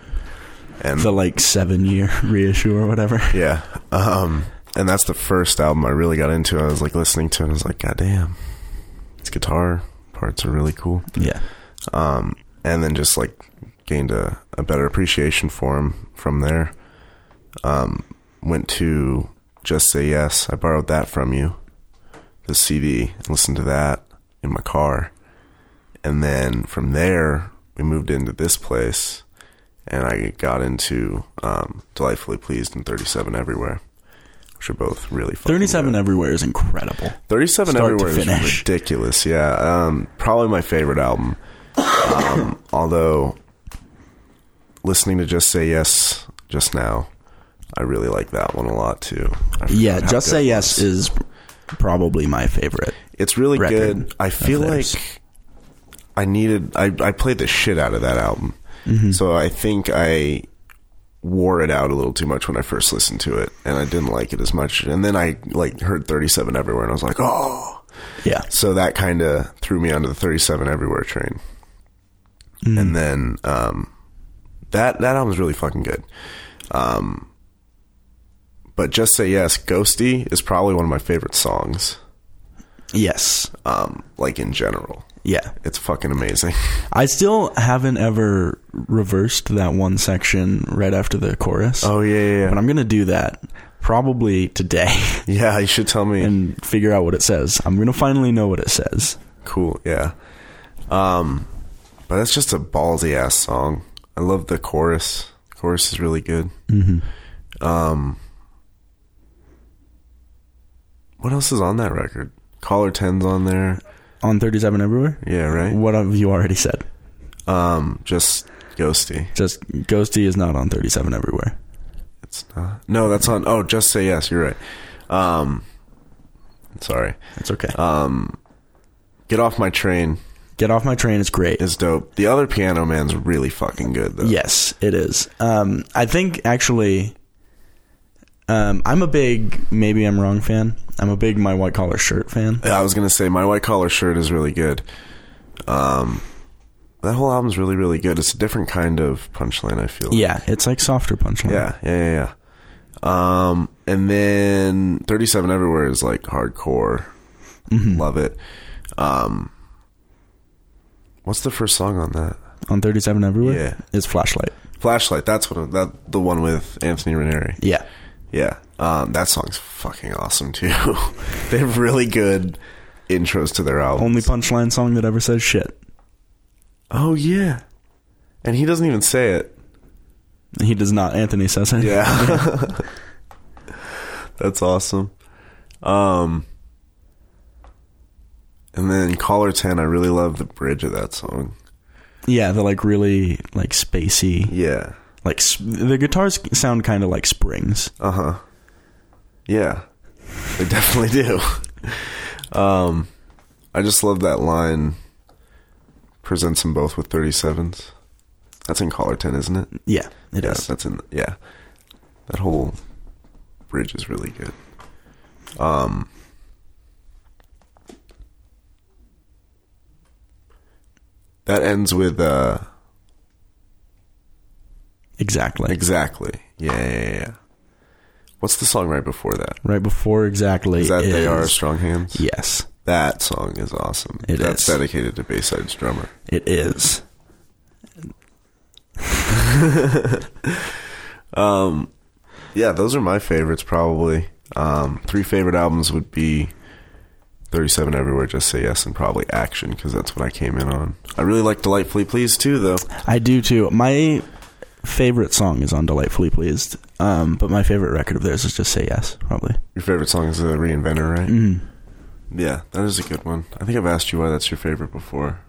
B: and
A: The like seven year reissue or whatever.
B: yeah, um, and that's the first album I really got into. I was like listening to, it and I was like, God damn, its guitar parts are really cool.
A: Yeah.
B: um, and then just like gained a, a better appreciation for him from there. Um, went to Just Say Yes. I borrowed that from you, the CD, and listened to that in my car. And then from there, we moved into this place, and I got into um, Delightfully Pleased and 37 Everywhere, which are both really fun.
A: Thirty seven everywhere is incredible. Start
B: 37
A: to
B: everywhere is
A: finish.
B: ridiculous yeah um, probably my favorite album um, although listening to just say yes just now i really like that one a lot too I forgot
A: Yeah.
B: how
A: Just
B: good
A: say
B: it
A: yes
B: was.
A: is probably my favorite.
B: it's really
A: record
B: good i feel
A: of
B: like
A: theirs.
B: i needed I, I played the shit out of that album
A: Mm-hmm.
B: so i think i wore it out a little too much when i first listened to it and i didn't like it as much and then i like heard 37 everywhere and i was like oh
A: Yeah.
B: so that kind of threw me onto the 37 everywhere train and then um, that that album's really fucking good um, but just say yes ghosty is probably one of my favorite songs
A: Yes. Uh,
B: um, like in general
A: Yeah.
B: it's fucking amazing
A: I still haven't ever reversed that one section right after the chorus.
B: Oh, yeah yeah
A: But I'm going to do that probably today
B: yeah you should tell me
A: and figure out what it says. I'm going to finally know what it says.
B: cool yeah um, but that's just a ballsy ass song i love the chorus the chorus is really good Um, mm-hmm. um, what else is on that record caller 10's on there
A: On 37 Everywhere?
B: yeah right
A: What have you already said?
B: um, just Ghosty.
A: Just Ghosty is not on 37 everywhere.
B: It's not. No, that's on. Oh, just say yes. You're right. Um, sorry.
A: It's okay.
B: Uh, Get off my train
A: Get off my train is great.
B: is dope. The other Piano Man's really fucking good though.
A: Yes, it is. Um, I think actually, um, I'm a big maybe I'm wrong fan. I'm a big my white collar shirt fan.
B: Yeah, I was gonna say my white collar shirt is really good. Um, that whole album's really really good. It's a different kind of punchline. I feel.
A: Yeah, it's like softer punchline.
B: Yeah. Yeah. Yeah. yeah. Um, and then Thirty Seven Everywhere is like hardcore.
A: Mm-hmm.
B: Love it. Um, what's the first song on that?
A: on 37 everywhere.
B: Yeah.
A: is flashlight.
B: Flashlight. That's what that the one with Anthony Ranieri.
A: Yeah,
B: Yeah. Um, that song's fucking awesome too. they have really good intros to their albums.
A: only punchline song that ever says shit.
B: Oh yeah. And he doesn't even say it.
A: He does not. Anthony says it.
B: Yeah. That's awesome. Um and then Caller 10, I really love the bridge of that song.
A: yeah, they're like really like spacey.
B: Yeah.
A: Like sp- the guitars sound kind of like springs.
B: Uh-huh. Yeah. They definitely do. um I just love that line presents them both with 37s. That's in Caller 10, isn't it?
A: Yeah, it
B: yeah,
A: is.
B: That's in yeah. That whole bridge is really good. Um That ends with uh
A: Exactly.
B: exactly. Yeah, yeah, yeah, yeah. What's the song right before that?
A: right before exactly
B: Is that they are
A: is-
B: strong hands?
A: Yes,
B: That song is awesome.
A: It
B: That's
A: is.
B: dedicated to Bayside's drummer.
A: it is.
B: Yeah, those are my favorites probably. Um, three favorite albums would be 37 Everywhere, Just Say Yes, and probably Action because that's what I came in on. I really like Delightfully Pleased too, though.
A: I do too. My favorite song is on Delightfully Pleased. Um, but my favorite record of theirs is just Say Yes, probably.
B: Your favorite song is The Reinventor, right?
A: Mm.
B: Yeah, that is a good one. I think I've asked you why that's your favorite before.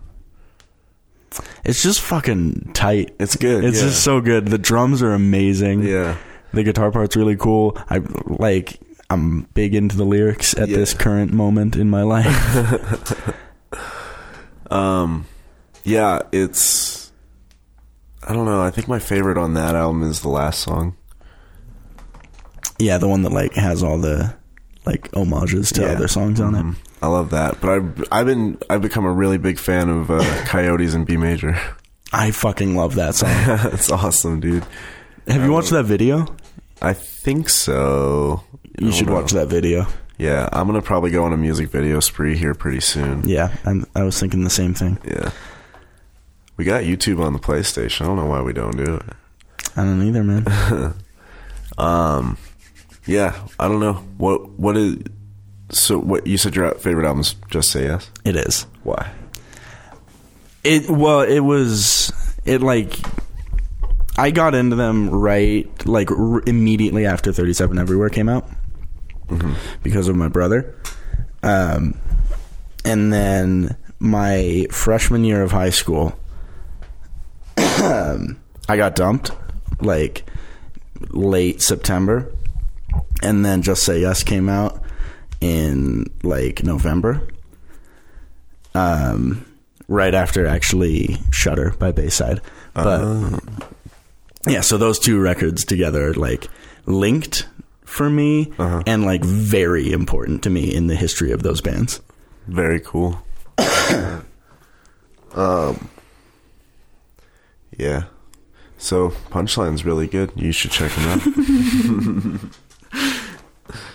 A: It's just fucking tight.
B: It's good.
A: It's
B: yeah.
A: just so good. The drums are amazing.
B: Yeah.
A: The guitar part's really cool. I like I'm big into the lyrics at
B: Yeah.
A: this current moment in my life.
B: Um, yeah, it's. I don't know. I think my favorite on that album is the last song.
A: yeah, the one that like has all the like homages to
B: Yeah.
A: other songs on it.
B: Mm, I love that. But I've, I've been. I've become a really big fan of uh, Coyotes in B Major.
A: I fucking love that song. Have
B: That's awesome, dude.
A: you watched that video?
B: I think so.
A: You should watch that video.
B: Yeah, I'm gonna probably go on a music video spree here pretty soon. Yeah.
A: Yeah, I'm, I was thinking the same thing.
B: we got YouTube on the PlayStation. I don't know why we don't do it.
A: I don't either, man.
B: Yeah, I don't know what what is. So what you said your favorite albums? Just say yes.
A: It is.
B: Why?
A: It well, it was it like I got into them right like r- immediately after 37 Everywhere came out because of my brother. Um and then my freshman year of high school um, I got dumped like late September and then Just Say Yes came out in like November. Um right after actually Shutter by Bayside. But yeah, so those two records together are like linked for me and like very important to me in the history of those bands.
B: Very cool. um. Yeah. So punchline's really good. You should check him out.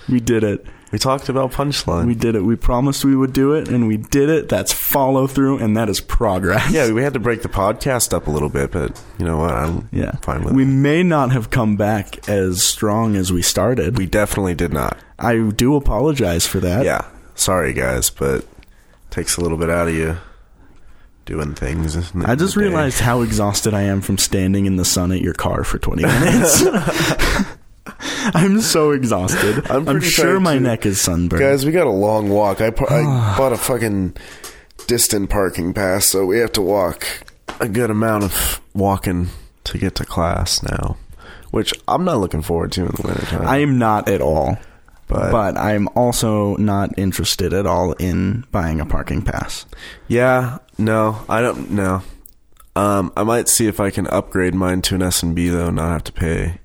A: We did it.
B: we talked about punchline.
A: We did it. We promised we would do it and we did it. That's follow through and that is progress.
B: yeah, we had to break the podcast up a little bit, but you know what? I'm
A: Yeah.
B: fine with
A: we
B: it.
A: may not have come back as strong as we started.
B: We definitely did not.
A: I do apologize for that.
B: Yeah. Sorry, guys, but takes a little bit out of you doing things. in the end
A: I
B: of
A: just
B: the day.
A: realized how exhausted I am from standing in the sun at your car for 20 minutes. I'm so exhausted.
B: I'm
A: I'm,
B: pretty
A: sure
B: tired,
A: my
B: too.
A: neck is sunburned.
B: Guys, we got a long walk. I, par- I bought a fucking distant parking pass, so we have to walk a good amount of walking to get to class now, which I'm not looking forward to in the wintertime.
A: I am not at all.
B: but,
A: But I'm also not interested at all in buying a parking pass.
B: yeah, no, I don't know. Um, I might see if I can upgrade mine to an S and B though, not have to pay.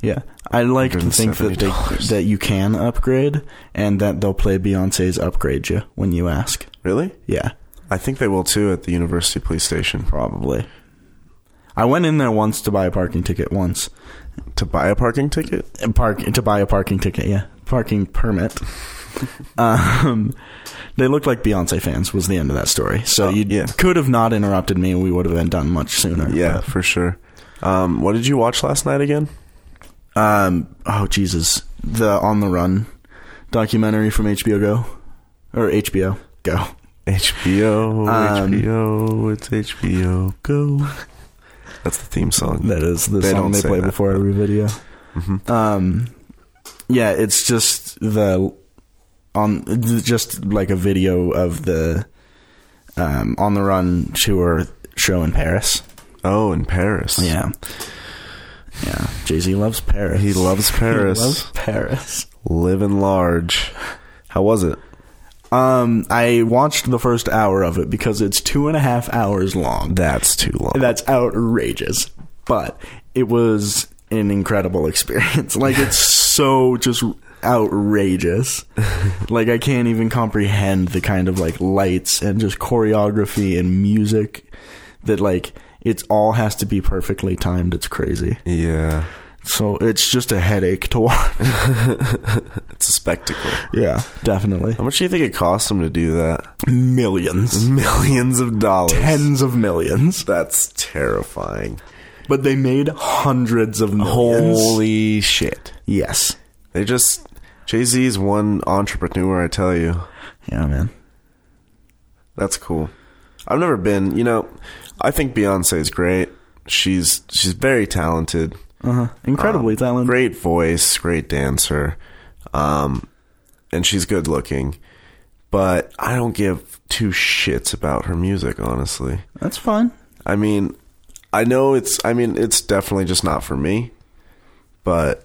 A: Yeah, I like to think that they,
B: $170.
A: that you can upgrade and that they'll play Beyonce's "Upgrade You" when you ask.
B: Really?
A: Yeah,
B: I think they will too at the university police station
A: probably. I went in there once to buy a parking ticket once.
B: to buy a parking ticket.
A: And Park to buy a parking ticket, yeah, parking permit. um, they looked like Beyonce fans was the end of that story. So
B: Oh,
A: you
B: yeah.
A: could have not interrupted me, and we would have been done much sooner.
B: Yeah, for sure. Um, what did you watch last night again?
A: Um. Oh Jesus, the On the Run documentary from HBO Go or HBO Go.
B: HBO,
A: Um,
B: HBO, it's HBO Go. That's the theme song.
A: That is the
B: They
A: song
B: don't
A: they
B: say
A: play
B: that, Mm-hmm.
A: before every video. Um, yeah, it's just the on just like a video of the um, on the run tour show in Paris.
B: Oh, in Paris.
A: Yeah, yeah. Jay Z loves Paris.
B: He loves Paris.
A: He loves Paris.
B: Living large. How was it?
A: Um, I watched the first hour of it because it's two and a half hours long.
B: That's too long.
A: That's outrageous. But it was an incredible experience. Like it's so just outrageous. like I can't even comprehend the kind of like lights and just choreography and music that like it's all has to be perfectly timed. It's crazy.
B: yeah.
A: So it's just a headache to watch.
B: It's a spectacle.
A: yeah, definitely.
B: How much do you think it cost him to do that?
A: Millions.
B: Millions of dollars.
A: Tens of millions.
B: That's terrifying.
A: But they made hundreds of millions.
B: Holy shit.
A: Yes.
B: They just. Jay Z's one entrepreneur, I tell you.
A: Yeah, man.
B: That's cool. I've never been, you know, I think Beyonce's great. She's she's very talented.
A: Uh-huh. Incredibly talented.
B: Great voice, great dancer. Um and she's good looking. But I don't give two shits about her music, honestly.
A: That's fine.
B: I mean, I know it's I mean, it's definitely just not for me. But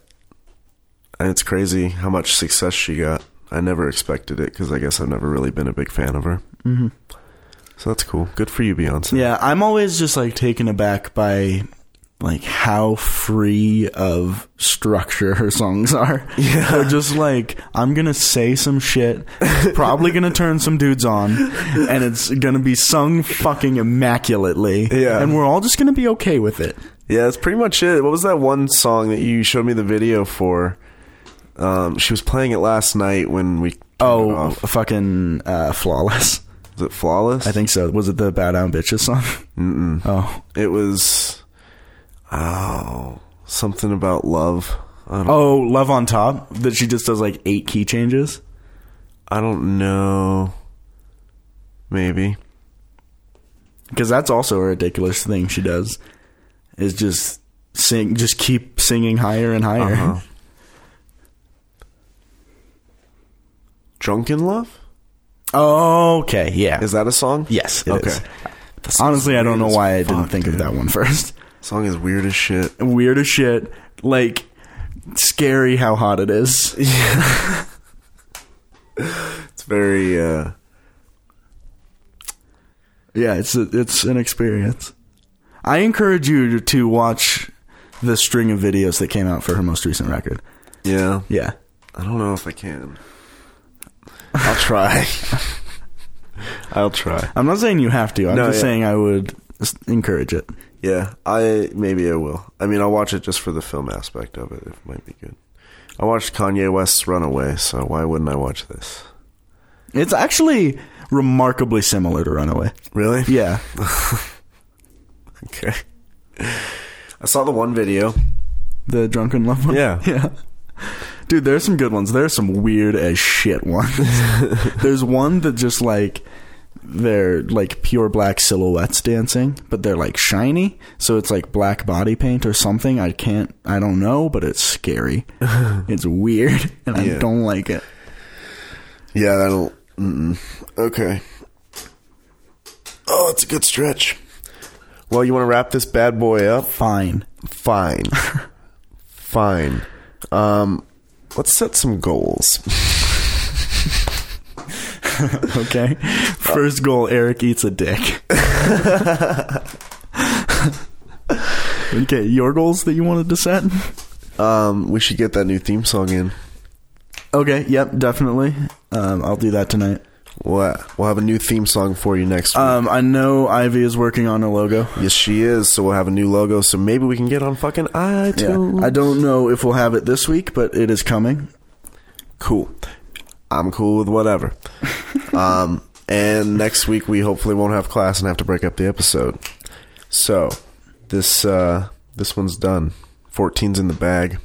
B: and it's crazy how much success she got. I never expected it because I guess I've never really been a big fan of her. Mm-hmm. So that's cool. Good for you, Beyonce.
A: Yeah, I'm always just like taken aback by like how free of structure her songs are. Yeah. They're just like, I'm gonna say some shit, probably gonna turn some dudes on, and it's gonna be sung fucking immaculately.
B: Yeah.
A: And we're all just gonna be okay with it.
B: Yeah, that's pretty much it. What was that one song that you showed me the video for? Um, she was playing it last night when we. turned it
A: Oh,
B: off.
A: fucking uh, flawless.
B: was it flawless?
A: I think so. Was it the Bow Down Bitches song? Mm-mm. Oh.
B: it was. Oh, something about love. I don't,
A: Oh, Love on Top? That she just does like eight key changes?
B: I don't know. Maybe
A: because that's also a ridiculous thing she does is just sing just keep singing higher and higher
B: Uh-huh. drunken love
A: okay yeah
B: is that a song?
A: yes it
B: okay.
A: is.
B: That song's
A: honestly i don't
B: weird
A: know
B: as
A: why i didn't
B: fuck,
A: think of
B: dude.
A: that one first
B: Song is weird as shit.
A: weird as shit like scary how hot it is
B: It's very. uh
A: yeah it's a, it's an experience i encourage you to watch the string of videos that came out for her most recent record
B: Yeah.
A: yeah
B: I don't know if I can. I'll try. I'll try.
A: i'm not saying you have to i'm
B: No,
A: just
B: yeah.
A: saying i would s- encourage it
B: Yeah, I maybe I will. I mean, I'll watch it just for the film aspect of it. It might be good. I watched Kanye West's Runaway, so why wouldn't I watch this?
A: it's actually remarkably similar to runaway
B: Really?
A: yeah
B: Okay. I saw the one video.
A: The drunken love one.
B: Yeah.
A: yeah. Dude, there's some good ones. There's some weird as shit ones. there's one that just like they're like pure black silhouettes dancing, but they're like shiny, so it's like black body paint or something. I can't, I don't know, but it's scary. it's weird, and I
B: Yeah.
A: don't like it.
B: Yeah, that'll. Mm-mm. Okay. Oh, it's a good stretch. Well, you want to wrap this bad boy up?
A: Fine.
B: Fine. Fine. Um, let's set some goals.
A: Okay. First goal Eric eats a dick. okay, your goals that you wanted to set?
B: Um, we should get that new theme song in.
A: Okay, yep, definitely. Um, I'll do that tonight.
B: We'll, we'll have a new theme song for you next week.
A: Um, I know Ivy is working on a logo.
B: yes, she is. So we'll have a new logo. So maybe we can get on fucking iTunes.
A: I don't know if we'll have it this week, but it is coming.
B: cool. I'm cool with whatever. um, and next week we hopefully won't have class and have to break up the episode. So this uh, this one's done. 14's in the bag.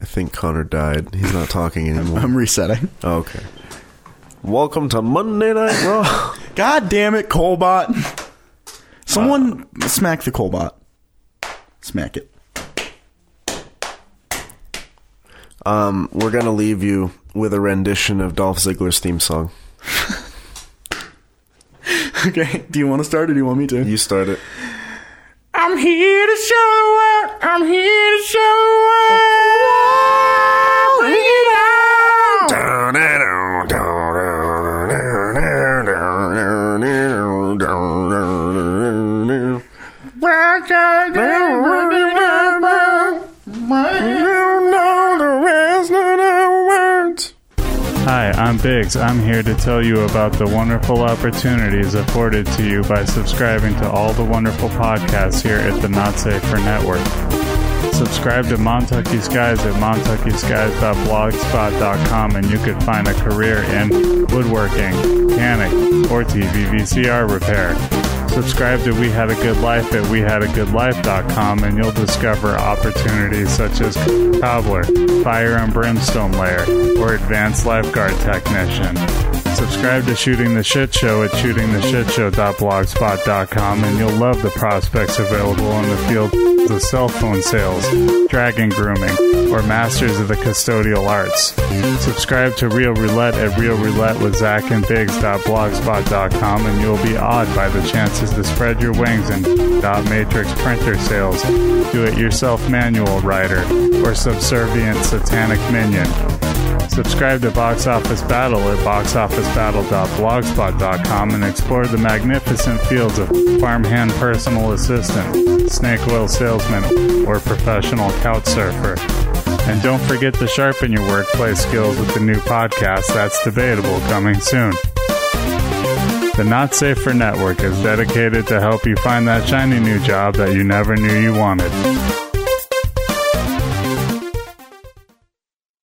B: I think Connor died. He's not talking anymore. Oh,
A: I'm resetting.
B: Okay. Welcome to Monday Night Raw.
A: God damn it, Colbot. Someone smack the Colbot. Smack it.
B: Um, we're gonna leave you with a rendition of Dolph Ziggler's theme song.
A: Okay, do you want to start or do you want me to?
B: You start it.
A: I'm here to show the world. I'm here to show the world. It out.
C: Hi, I'm Biggs. I'm here to tell you about the wonderful opportunities afforded to you by subscribing to all the wonderful podcasts here at the Not Safer Network. Subscribe to Montucky Skies at montuckyskies.blogspot.com and you could find a career in woodworking, mechanic, or TV VCR repair. Subscribe to We Had a Good Life at WeHadAGoodLife.com and you'll discover opportunities such as cobbler, fire and brimstone layer, or advanced lifeguard technician. Subscribe to Shooting the Shit Show at shootingtheshitshow.blogspot.com and you'll love the prospects available in the field of cell phone sales, dragon grooming, or masters of the custodial arts. Subscribe to Real Roulette at realroulettewithzachandbiggs.blogspot.com and you'll be awed by the chances to spread your wings in dot matrix printer sales, do-it-yourself manual writer, or subservient satanic minion. Subscribe to Box Office Battle at boxofficebattle.blogspot.com and explore the magnificent fields of farmhand personal assistant, snake oil salesman, or professional couch surfer. And don't forget to sharpen your workplace skills with the new podcast that's debatable coming soon. The Not Safe for Network is dedicated to help you find that shiny new job that you never knew you wanted.